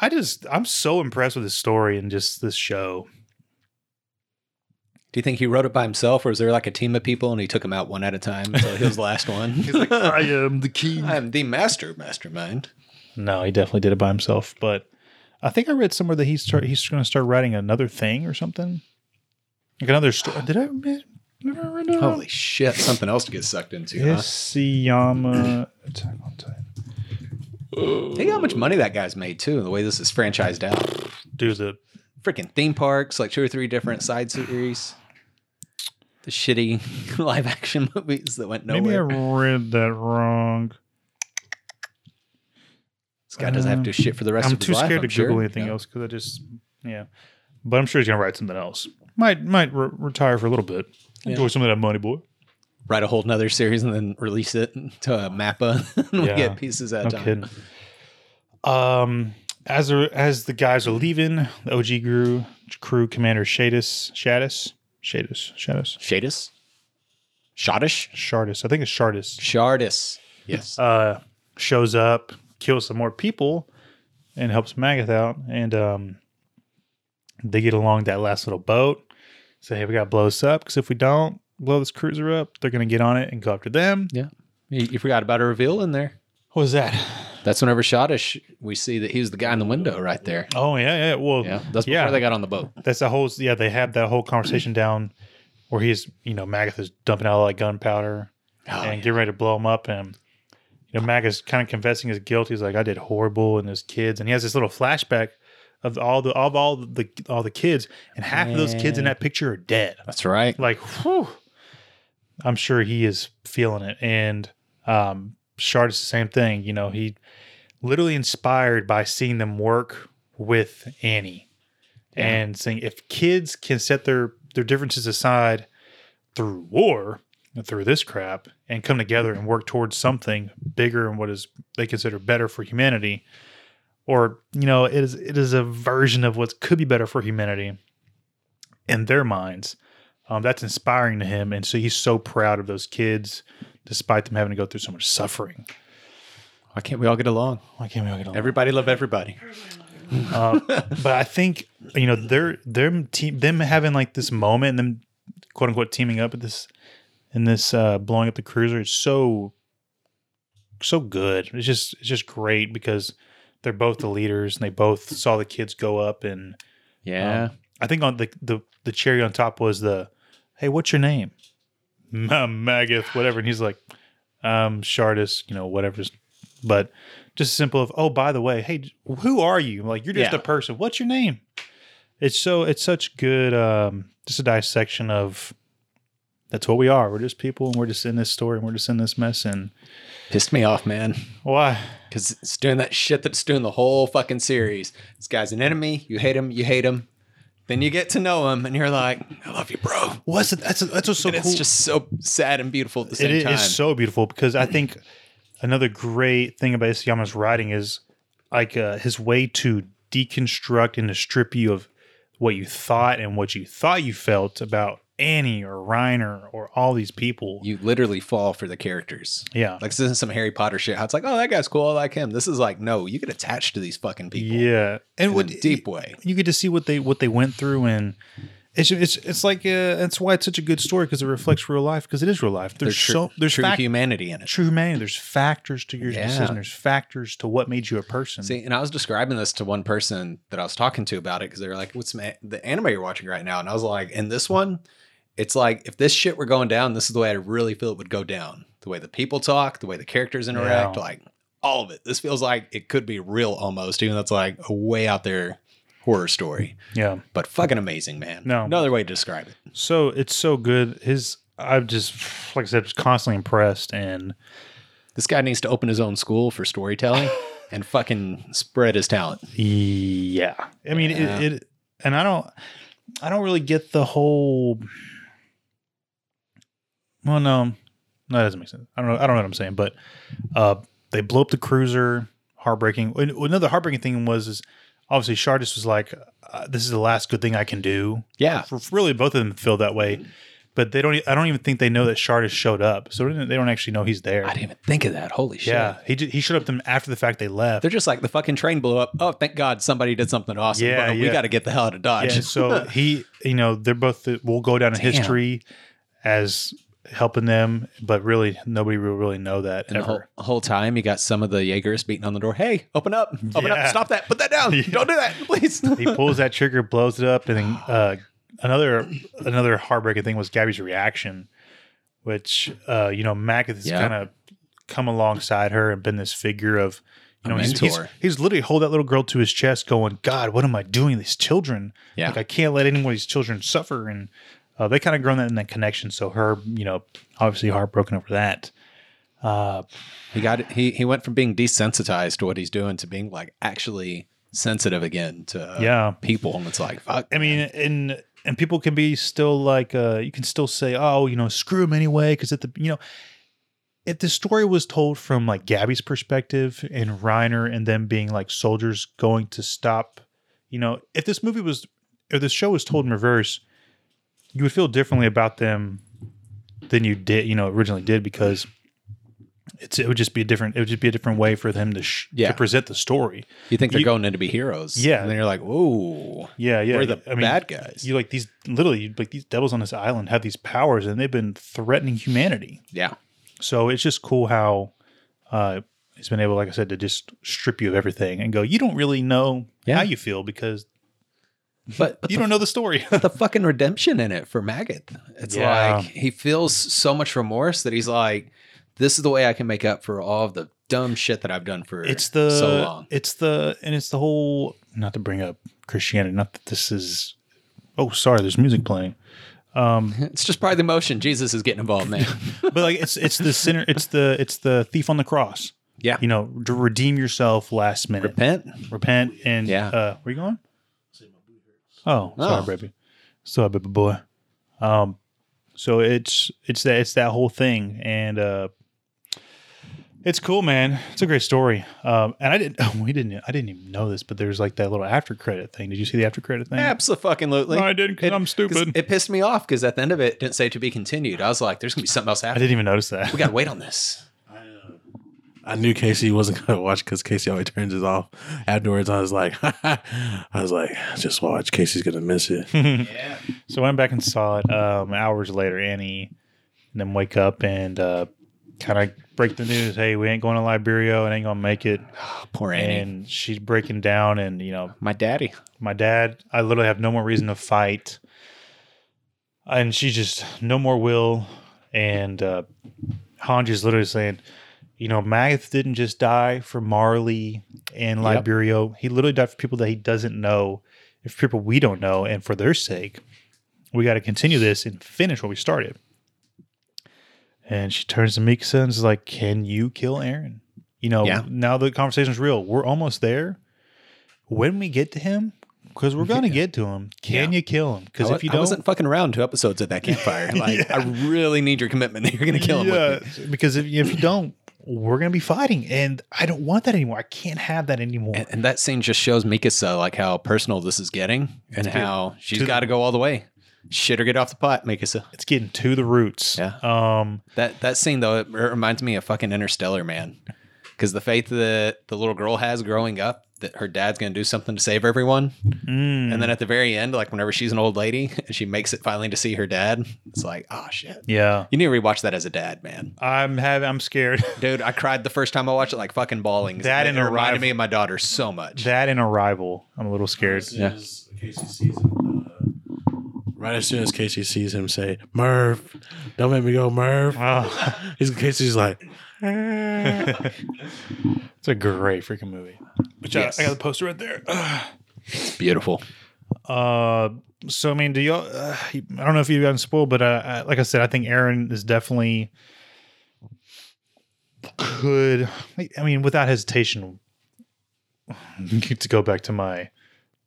I just, I'm so impressed with this story and just this show. Do you think he wrote it by himself, or was there like a team of people and he took them out one at a time until he was the last one? He's like, I am the king. am the master mastermind. No, he definitely did it by himself. But I think I read somewhere that he's start, he's going to start writing another thing or something, like another story. Did I? Man, did I read that? Holy shit! Something else to get sucked into. Huh? Isayama Attack on Titan. Think how much money that guy's made too. The way this is franchised out, Dude, the freaking theme parks, like two or three different side series, the shitty live action movies that went maybe nowhere. I read that wrong. this guy doesn't have to do shit for the rest I'm of his too life. scared to I'm sure. Google anything Yeah. else because I just yeah. But I'm sure he's gonna write something else. Might might re- retire for a little bit. Enjoy some of that money, boy. Write a whole nother series and then release it to a mappa. and we Yeah. get pieces at a No time. kidding. Um, as the as the guys are leaving, the OG crew crew commander Shadis Shadis Shadis Shadis Shadis, Shottish, Shardis. I think it's Shardis. Shardis. Yes. uh, shows up, kills some more people, and helps Magath out. And um, they get along that last little boat. Say, hey, we got to blow this up because if we don't blow this cruiser up, they're going to get on it and go after them. You, you forgot about a reveal in there. What was that? That's whenever Shottish, we see that he was the guy in the window right there. Oh, yeah, yeah. Well, Yeah, that's before Yeah. they got on the boat. that's the whole, yeah, they have that whole conversation down where he's, you know, Magath is dumping out all that gunpowder and getting ready to blow him up. And, you know, Magath's kind of confessing his guilt. He's like, I did horrible and his kids. And he has this little flashback of all the of all the all the kids, and half of those kids in Man. that picture are dead. That's right. Like, whew. I'm sure he is feeling it. And um Shard is the same thing. You know, he literally inspired by seeing them work with Annie Yeah. and saying if kids can set their their differences aside through war and through this crap and come together and work towards something bigger and what is they consider better for humanity or you know, it is it is a version of what could be better for humanity in their minds. Um, that's inspiring to him, and so he's so proud of those kids, despite them having to go through so much suffering. Why can't we all get along? Why can't we all get along? Everybody love everybody. Uh, but I think you know their their team them having like this moment and them quote unquote teaming up at this in this uh, blowing up the cruiser is so so good. It's just it's just great because they're both the leaders and they both saw the kids go up and Yeah. I think on the the the cherry on top was the hey what's your name Ma- Magath whatever and he's like um Shardus you know whatever's but just simple of oh by the way hey who are you like you're just Yeah. a person what's your name it's so it's such good um just a dissection of that's what we are we're just people and we're just in this story and we're just in this mess and Pissed me off, man. why Because it's doing that shit that's doing the whole fucking series. This guy's an enemy. You hate him. You hate him. Then you get to know him, and you're like, I love you, bro. what's it that's that's what's so and it's just so sad and beautiful at the It same is time. so beautiful because I think another great thing about Isayama's writing is like uh, his way to deconstruct and to strip you of what you thought and what you thought you felt about Annie or Reiner or all these people. you literally fall for the characters. yeah. Like this isn't some Harry Potter shit. How it's like, oh, that guy's cool. I like him. This is like, no, you get attached to these fucking people. yeah. And In what a deep way. you get to see what they what they went through and it's it's it's like uh, that's why it's such a good story because it reflects real life because it is real life. There's true, so there's true fact- humanity in it. true humanity. There's factors to your Yeah. decision. There's factors to what made you a person. See, and I was describing this to one person that I was talking to about it because they were like, "What's ma- the anime you're watching right now?" And I was like, "In this one, it's like if this shit were going down, this is the way I really feel it would go down. The way the people talk, the way the characters interact, Yeah. like all of it. This feels like it could be real almost, even though it's like a way out there horror story, yeah. but fucking amazing, man. No. another way to describe it. So it's so good. His I'm just like I said, was constantly impressed, and This guy needs to open his own school for storytelling and fucking spread his talent. yeah, I mean Yeah. It, it. And I don't, I don't really get the whole. Well, no, no, that doesn't make sense. I don't know. I don't know what I'm saying, but uh, they blow up the cruiser. Heartbreaking. And Another heartbreaking thing was is obviously Shardus was like, uh, "This is the last good thing I can do." Yeah, for really both of them feel that way, but they don't. e- I don't even think they know that Shardus showed up, so they don't- they don't actually know he's there. I didn't even think of that. Holy shit. Yeah, he ju- he showed up to them after the fact they left. They're just like the fucking train blew up. Oh, thank God somebody did something awesome. Yeah, but we yeah. got to get the hell out of Dodge. yeah, so he, you know, they're both will go down in Damn. history as helping them, but really nobody will really know that and the whole, ever. whole time, you got some of the Jaegerists beating on the door. Hey, open up, open Yeah. up, stop that, put that down. Yeah. Don't do that, please. he pulls that trigger, blows it up, and then uh, another another heartbreaking thing was Gabby's reaction, which uh, you know, Mac has Yeah. kind of come alongside her and been this figure of. You A know, he's, he's, mentor. he's literally hold that little girl to his chest, going, "God, what am I doing? to These children, yeah, Like I can't let any of these children suffer, and uh, they kind of grown that in that connection. So her, you know, obviously heartbroken over that. Uh, he got it. He he went from being desensitized to what he's doing to being like actually sensitive again to uh, yeah, people, and it's like fuck. I mean, and and people can be still like, uh, you can still say, oh, you know, screw him anyway, because at the, you know, if the story was told from like Gabby's perspective and Reiner and them being like soldiers going to stop, you know, if this movie was or this show was told in reverse, you would feel differently about them than you did, you know, originally did because it's it would just be a different it would just be a different way for them to sh- Yeah. to present the story. You think they're you- going in to be heroes? Yeah. and then you're like, whoa, Yeah, yeah. we're the I mean, bad guys. you like these literally you'd like these devils on this island have these powers and they've been threatening humanity yeah, so it's just cool how uh he's been able like i said to just strip you of everything and go you don't really know Yeah. how you feel because but, but you don't know the story the fucking redemption in it for Maggot. It's Yeah. like he feels so much remorse that he's like, this is the way I can make up for all of the dumb shit that I've done for it's the so long. it's the and it's the whole not to bring up christianity not that this is oh sorry there's music playing It's just part of the emotion. Jesus is getting involved, man. but like it's it's the sinner it's the it's the thief on the cross yeah. you know to redeem yourself last minute Repent. repent and Yeah. uh where you going Say my boot hurts. Oh, sorry, Oh. baby. Sorry, baby boy. Um, so it's it's that it's that whole thing, and uh, It's cool, man. It's a great story. Um, and I didn't. we didn't. I didn't even know this, but there's like that little after credit thing. Did you see the after credit thing? Absolutely. No, I didn't 'cause It- I'm stupid. It pissed me off because at the end of it, it didn't say to be continued. I was like, there's going to be something else I happening. didn't even notice that. We got to wait on this. I, uh, I knew Casey wasn't gonna watch because Casey always turns it off afterwards. I was like, I was like, just watch. Casey's gonna miss it. Hmm. Yeah. so I went back and saw it um, hours later, Annie, and then wake up and uh, kind of break the news. Hey, we ain't going to Liberia. It ain't gonna make it. Poor Annie. And she's breaking down, and you know, My daddy. my dad. I literally have no more reason to fight. And she just no more will. And uh, Hanji is literally saying, you know, Magath didn't just die for Marley and Yep. Liberio. He literally died for people that he doesn't know, and for people we don't know. And for their sake, we got to continue this and finish what we started. And she turns to Mikasa and is like, Can you kill Aaron? You know, Yeah. now the conversation's real. We're almost there. When we get to him, because we're going to get to him, can Yeah. you kill him? Because I- if you I don't, wasn't fucking around two episodes at that campfire. Like, Yeah. I really need your commitment that you're going to kill him. With me. Yeah, because if, if you don't, we're going to be fighting. And I don't want that anymore. I can't have that anymore. And, and that scene just shows Mikasa like how personal this is getting and how she's To- got to go all the way. Shit or get off the pot, Mikasa. it's getting to the roots. Yeah. Um, That that scene though, it reminds me of fucking Interstellar, man. Because the faith that the little girl has growing up that her dad's gonna do something to save everyone, mm, and then at the very end, like whenever she's an old lady and she makes it finally to see her dad, it's like, oh shit. yeah. You need to rewatch that as a dad, man. I'm having, I'm scared. Dude, I cried the first time I watched it, like fucking bawling. That it and reminded Arrival. me of my daughter so much. that and Arrival, I'm a little scared. This Yeah. is Casey season. Uh, Right as soon as Casey sees him say, "Merv, don't make me go, Merv," Oh. he's Casey's like, It's a great freaking movie. But yeah, Yes. I got the poster right there. It's beautiful. Uh, so I mean, do y'all? Uh, I don't know if you've gotten spoiled, but uh, I, like I said, I think Aaron is definitely could. I mean, without hesitation, to go back to my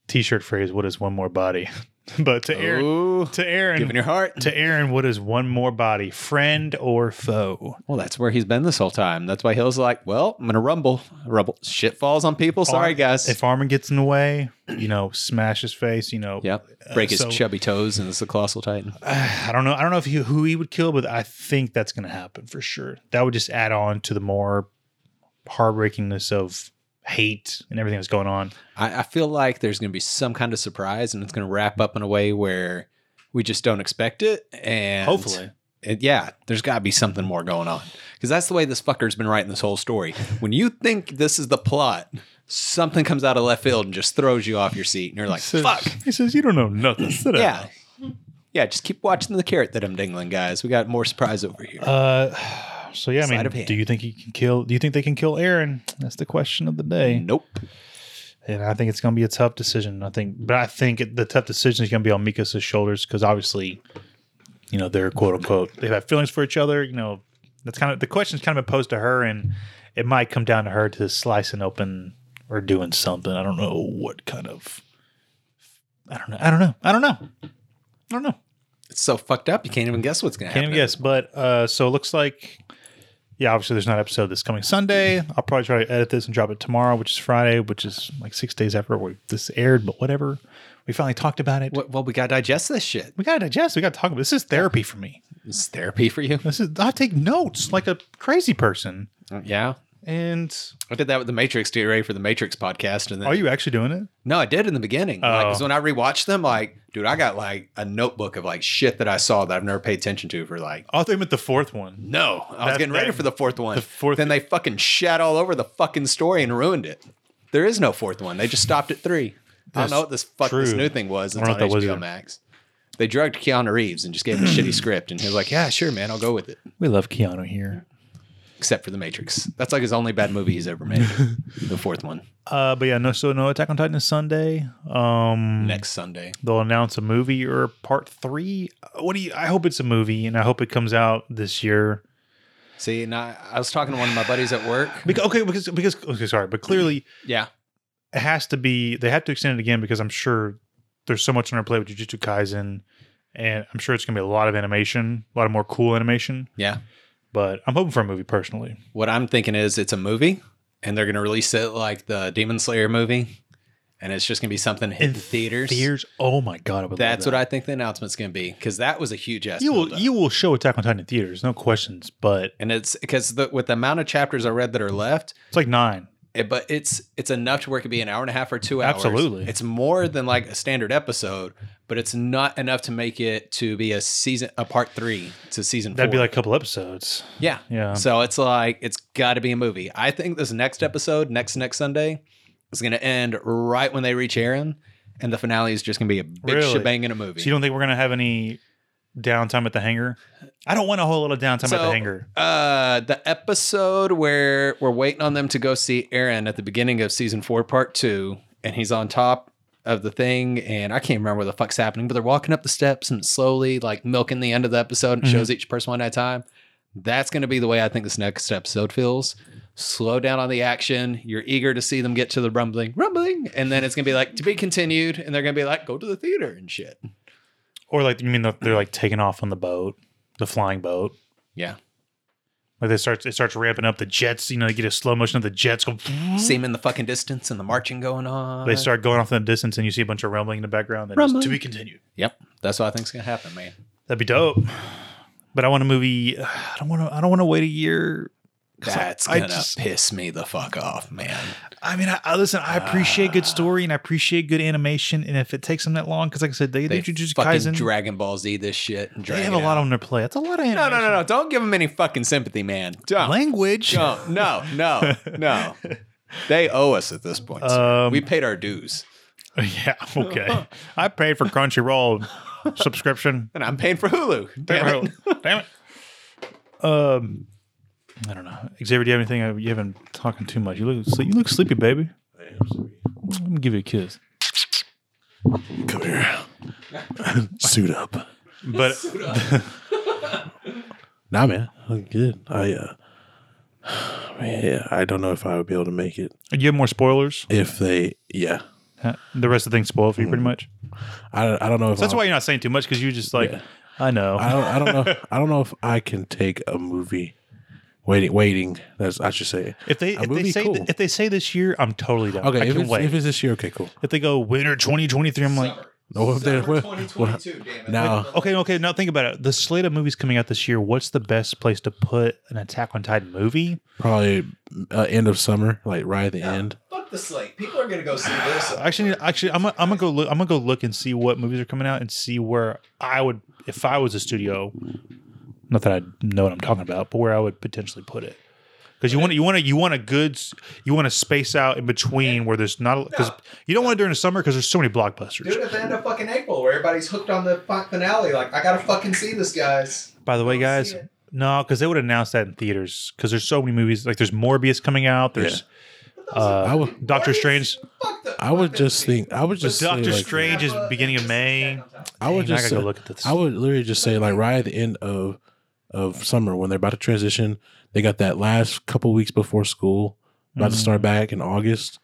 T-shirt phrase, "What is one more body?" But to Aaron, Ooh, to Aaron, giving your heart. to Aaron, what is one more body, friend or foe? Well, that's where he's been this whole time. That's why Hill's like, well, I'm gonna rumble. Rumble. Shit falls on people. Sorry, Arm- guys. If Armin gets in the way, you know, smash his face. You know, Yeah, break his Uh, so- chubby toes, and it's the colossal titan. I don't know. I don't know if he, who he would kill, but I think that's going to happen for sure. That would just add on to the more heartbreakingness of hate and everything that's going on. I, I feel like there's going to be some kind of surprise, and it's going to wrap up in a way where we just don't expect it. And Hopefully. it- yeah, there's got to be something more going on because that's the way this fucker's been writing this whole story. When you think this is the plot, something comes out of left field and just throws you off your seat, and you're like, "Fuck, He says, "You don't know nothing." Sit down." yeah." Yeah, just keep watching the carrot that I'm dangling, guys. We got more surprise over here. Uh, so yeah, I Sleight of mean, hand. do you think he can kill? Do you think they can kill Aaron? That's the question of the day. nope. And I think it's going to be a tough decision. I think, but I think it, the tough decision is going to be on Mika's shoulders because obviously, you know, they're quote unquote they have feelings for each other. You know, that's kind of the question's kind of been posed to her, and it might come down to her to slicing open or doing something. I don't know what kind of. I don't know. I don't know. I don't know. I don't know. It's so fucked up. You can't even guess what's going to Can't happen. even guess. But uh, so it looks like, yeah, obviously there's not an episode this coming Sunday. I'll probably try to edit this and drop it tomorrow, which is Friday, which is like six days after we, this aired. But whatever, we finally talked about it. Well, well, we got to digest this shit. We gotta digest. We gotta talk about this. Is therapy for me. It's therapy for you. This is I take notes like a crazy person. Uh, Yeah. And I did that with the Matrix to get ready for the Matrix podcast, and then are you actually doing it? no, I did in the beginning. Like, 'cause Oh. when I rewatched them, like, dude, I got like a notebook of like shit that I saw that I've never paid attention to for like. I thought you meant the fourth one. No, I was That getting ready thing. for the fourth one. The fourth- Then they fucking shat all over the fucking story and ruined it. There is no fourth one. They just stopped at three. I don't know what this fuck this true. new thing was. I It's don't on know HBO what that was either. Max. They drugged Keanu Reeves and just gave him a shitty script, and he was like, "Yeah, sure, man, I'll go with it." We love Keanu here. Except for The Matrix. That's like his only bad movie he's ever made. the fourth one Uh, but yeah, no. So no Attack on Titan is Sunday. Um, next Sunday. they'll announce a movie or part three. What do you? I hope it's a movie, and I hope it comes out this year. See, and I, I was talking to one of my buddies at work. Because, okay, because because okay, sorry, but clearly Yeah. it has to be. They have to extend it again because I'm sure there's so much on our plate with Jujutsu Kaisen, and I'm sure it's going to be a lot of animation, a lot of more cool animation. Yeah. But I'm hoping for a movie personally. What I'm thinking is it's a movie, and they're gonna release it like the Demon Slayer movie, and it's just gonna be something hit in theaters. Theaters. Oh my god, I would That's love what I think the announcement's gonna be because that was a huge ass. that. you will buildup. you will show Attack on Titan in theaters, no questions. But and it's because the, with the amount of chapters I read that are left, it's like nine. it, but it's it's enough to where it could be an hour and a half or two hours. Absolutely. it's more than like a standard episode, but it's not enough to make it to be a season a part three to season. That'd be four. like a couple episodes. yeah, Yeah. So it's like it's got to be a movie. I think this next episode, next next Sunday, is going to end right when they reach Aaron, and the finale is just going to be a big Really? shebang in a movie. So you don't think we're gonna have any downtime at the hangar? I don't want a whole lot of downtime at So- the hangar. uh, the episode where we're waiting on them to go see Aaron at the beginning of season four, part two, and he's on top of the thing, and I can't remember what the fuck's happening, but they're walking up the steps and slowly like milking the end of the episode and it Mhm. shows each person one at a time. That's going to be the way I think this next episode feels. Slow down on the action. You're eager to see them get to the rumbling, rumbling, and then it's going to be like to be continued, and they're going to be like go to the theater and shit. Or like you mean they're- they're like taking off on the boat, the flying boat. Yeah, Like they starts it starts ramping up the jets. You know, they get a slow motion of the jets go. see them in the fucking distance and the marching going on. They start going off in the distance, and you see a bunch of rumbling in the background. Then Rumbling. Just, to be continued. Yep, that's what I think's going to happen, man. That'd be dope. But I want a movie. I don't want to. I don't want to wait a year. 'Cause I- That's I gonna just- piss me the fuck off, man. I mean, I, I listen. I appreciate good story and I appreciate good animation. And if it takes them that long, because like I said, they, They they do Jujutsu fucking Kaisen. Dragon Ball Z this shit and they drag have it a lot out. on their plate. That's a lot of No, animation. no, no, no! Don't give them any fucking sympathy, man. Don't, Language. don't, no, no, no. They owe us at this point. sir. Um, we paid our dues, Yeah. Okay. I paid for Crunchyroll subscription. and I'm paying for Hulu. Damn it. Damn it. Um, I don't know. Xavier, do you have anything? Uh, You haven't been talking too much. You look sleep, you look sleepy, baby. I am sorry. Let me give you a kiss. Come here. Suit up. But Nah, man. I'm Oh, good. I, uh, man, yeah, I don't know if I would be able to make it. you have more spoilers. If they, yeah. Huh? The rest of the things spoiled for you, pretty much. I, I don't know So if Hmm. that's I'll- why you're not saying too much because you're just like, Yeah. I know. I don't, I don't know. I don't know if I can take a movie waiting. Waiting. That's I should say. if they if A they movie, say cool. th- if they say this year, I'm totally down. Okay, I if can it's, wait. if If, it's this year, okay, cool. they go winter 2023, I'm like, "Oh, No, if they're- well, well, now, okay, okay. Now think about it. The slate of movies coming out this year. What's the best place to put an Attack on Titan movie? probably uh, end of summer, like right at the end. Fuck the slate. People are gonna go see this. Actually, actually, I'm gonna, I'm gonna go look. I'm gonna go look and see what movies are coming out and see where I would, if I was a studio, not that I know what I'm talking about, but where I would potentially put it. Because you want you want to you want a good s- you want to space out in between where there's not because you don't want it during the summer because there's so many blockbusters. at the end of fucking April, where everybody's hooked on the finale, like I gotta fucking see this, guys. By the way, Go guys, see it. no, because they would announce that in theaters because there's so many movies. Like there's Morbius coming out. There's uh, I would. Doctor Strange. I would just think. I would just. say, Doctor like, Strange is beginning of May. I would Dang, I just. gotta say- go look at this. I would literally just say like right at the end of of summer when they're about to transition. They got that last couple weeks before school about to start Mm-hmm. back in August.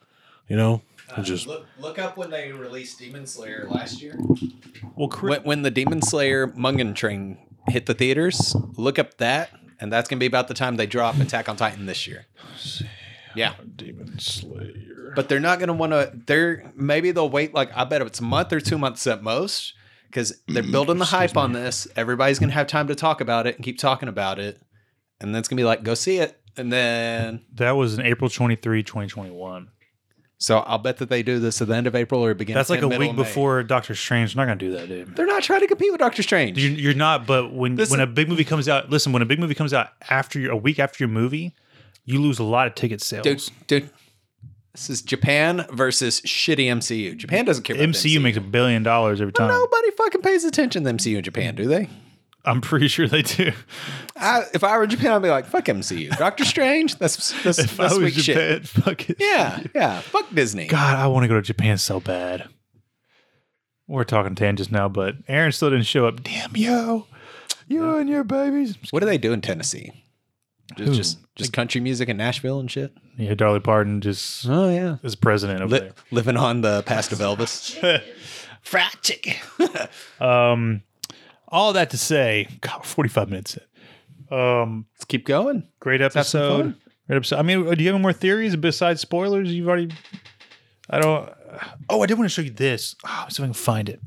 You know, I just look, look up when they released Demon Slayer last year. Well, Chris, When, when the Demon Slayer Mungan train hit the theaters, look up that, and that's gonna be about the time they drop Attack on Titan this year. Yeah, Demon Slayer. but they're not gonna want to. They're maybe they'll wait like I bet it's a month or two months at most because they're building the hype on this. Everybody's gonna have time to talk about it and keep talking about it, and then it's gonna be like go see it, and then That was in April 23, 2021. so I'll bet that they do this at the end of April or beginning. That's like a middle week of May. before Doctor Strange. They're not going to do that, dude. They're not trying to compete with Doctor Strange. You're, you're not, but when when Listen- a big movie comes out, listen, when a big movie comes out after your, a week after your movie, you lose a lot of ticket sales. dude, dude. This is Japan versus shitty MCU. Japan doesn't care about the MCU makes a billion dollars every time. Nobody fucking pays attention to MCU in Japan, do they? I'm pretty sure they do. I, if I were in Japan, I'd be like, fuck MCU. Doctor Strange? That's that's, If that's I weak was shit. Japan, fuck it. Yeah, yeah. Fuck Disney. God, I want to go to Japan so bad. We're talking tangents now, but Aaron still didn't show up. Damn you, you and your babies. What do they do in Tennessee? Just Who? just, just country music in Nashville and shit? Yeah, Darley Pardon just Oh, yeah. is president over Li- living on the past of Elvis. fried chicken. um, all that to say, God, we're 45 minutes in. Um, Let's keep going. great have some episode. fun. Great episode. I mean, do you have any more theories besides spoilers? You've already. I don't. Oh, I did want to show you this. Oh, see if I can find it.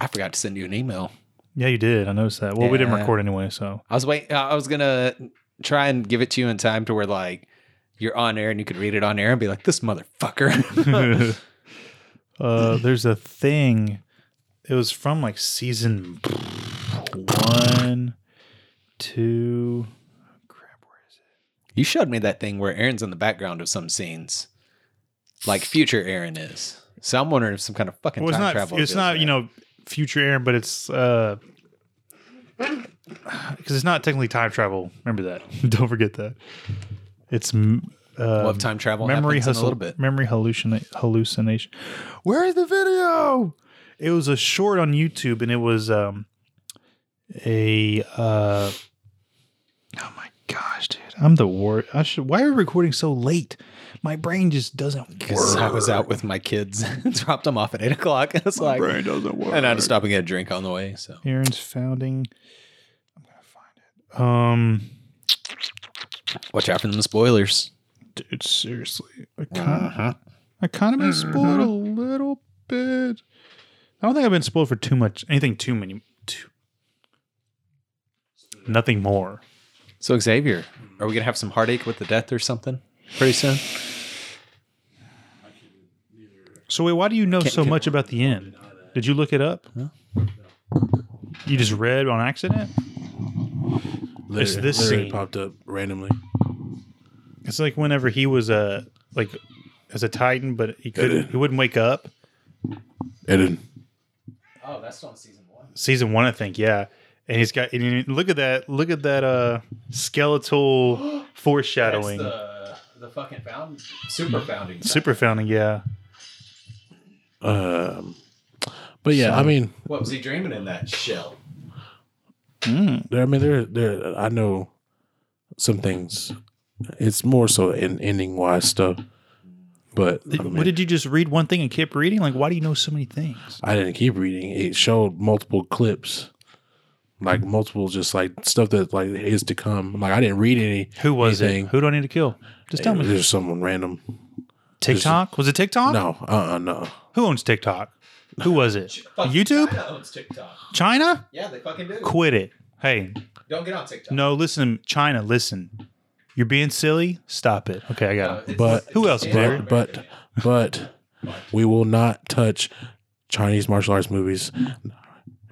I forgot to send you an email. Yeah, you did. I noticed that. Well, we didn't Yeah. record anyway, so I was wait. I was gonna try and give it to you in time to where like you're on air and you could read it on air and be like, "This motherfucker." uh, there's a thing. It was from like season one, two. Crap, where is it? you showed me that thing where Aaron's in the background of some scenes, like future Aaron is. So I'm wondering if some kind of fucking Well, it's time not. travel. It's feels not. You right. know, future Aaron, but it's uh, because it's not technically time travel. Remember that. don't forget that. It's. m- Uh, love time travel. memory Memory has a hustle, little bit. memory hallucina- hallucination. Where's the video? It was a short on YouTube, and it was um a uh oh my gosh, dude, I'm the worst. I should. Why are we recording so late? My brain just doesn't Because I work. was out with my kids, dropped them off at eight o'clock. It's like, doesn't work. and I had to stop and get a drink on the way. So Aaron's founding. I'm gonna find it. Um, watch out for them spoilers. dude, seriously, I can't. I kind of been spoiled a little bit. I don't think I've been spoiled for too much. Anything too many. Too, nothing more. So Xavier, are we gonna have some heartache with the death or something pretty soon? So wait, why do you know so can't- much about the end? Did you look it up? No. You just read on accident. It's Literally, this literally scene. popped up randomly. It's like whenever he was a like as a Titan, but he couldn't. He wouldn't wake up. It didn't. Oh, that's on season one. Season one, I think. Yeah. And he's got. And you- look at that. Look at that. Uh, skeletal foreshadowing. uh, the the fucking found super founding. Super founding. Yeah. Um, but yeah, I mean, What was he dreaming in that shell? there, I mean, there, there. I know some things. It's more so in ending wise stuff, but I, mean, What did you just read one thing and keep reading? Like, why do you know so many things? I didn't keep reading. It showed multiple clips, like multiple, just like stuff that like is to come. Like I didn't read any. Who was Anything. it? Who do I need to kill? Just tell me. There's someone random. TikTok? Was it TikTok? No, uh, uh no. Who owns TikTok? Who was it? YouTube? owns TikTok. China? Yeah, they fucking do. Quit it. Hey, Don't get on TikTok. no, listen, China, listen. You're being silly. Stop it. Okay, I Uh, got it. But- Who else, Barry? But but but we will not touch Chinese martial arts movies.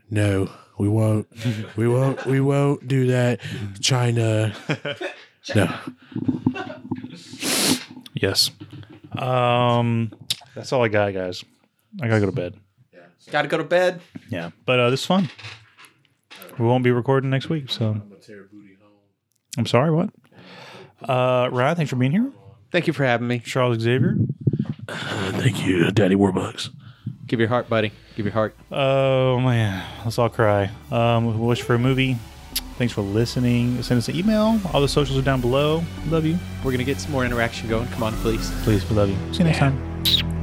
No, we won't. We won't. We won't do that. China. No. Yes. Um, that's all I got, guys. I gotta go to bed. Gotta go to bed. Yeah, but uh, this is fun. We won't be recording next week, so I'm gonna tear booty home. I'm sorry. What? Uh, Ryan, thanks for being here. Thank you for having me. Charles Xavier. Thank you, Daddy Warbucks. Give your heart, buddy. Give your heart. Oh man, let's all cry. Um, we wish for a movie. Thanks for listening. Send us an email. All the socials are down below. Love you. We're gonna get some more interaction going. Come on, please. Please, we love you. See you next time.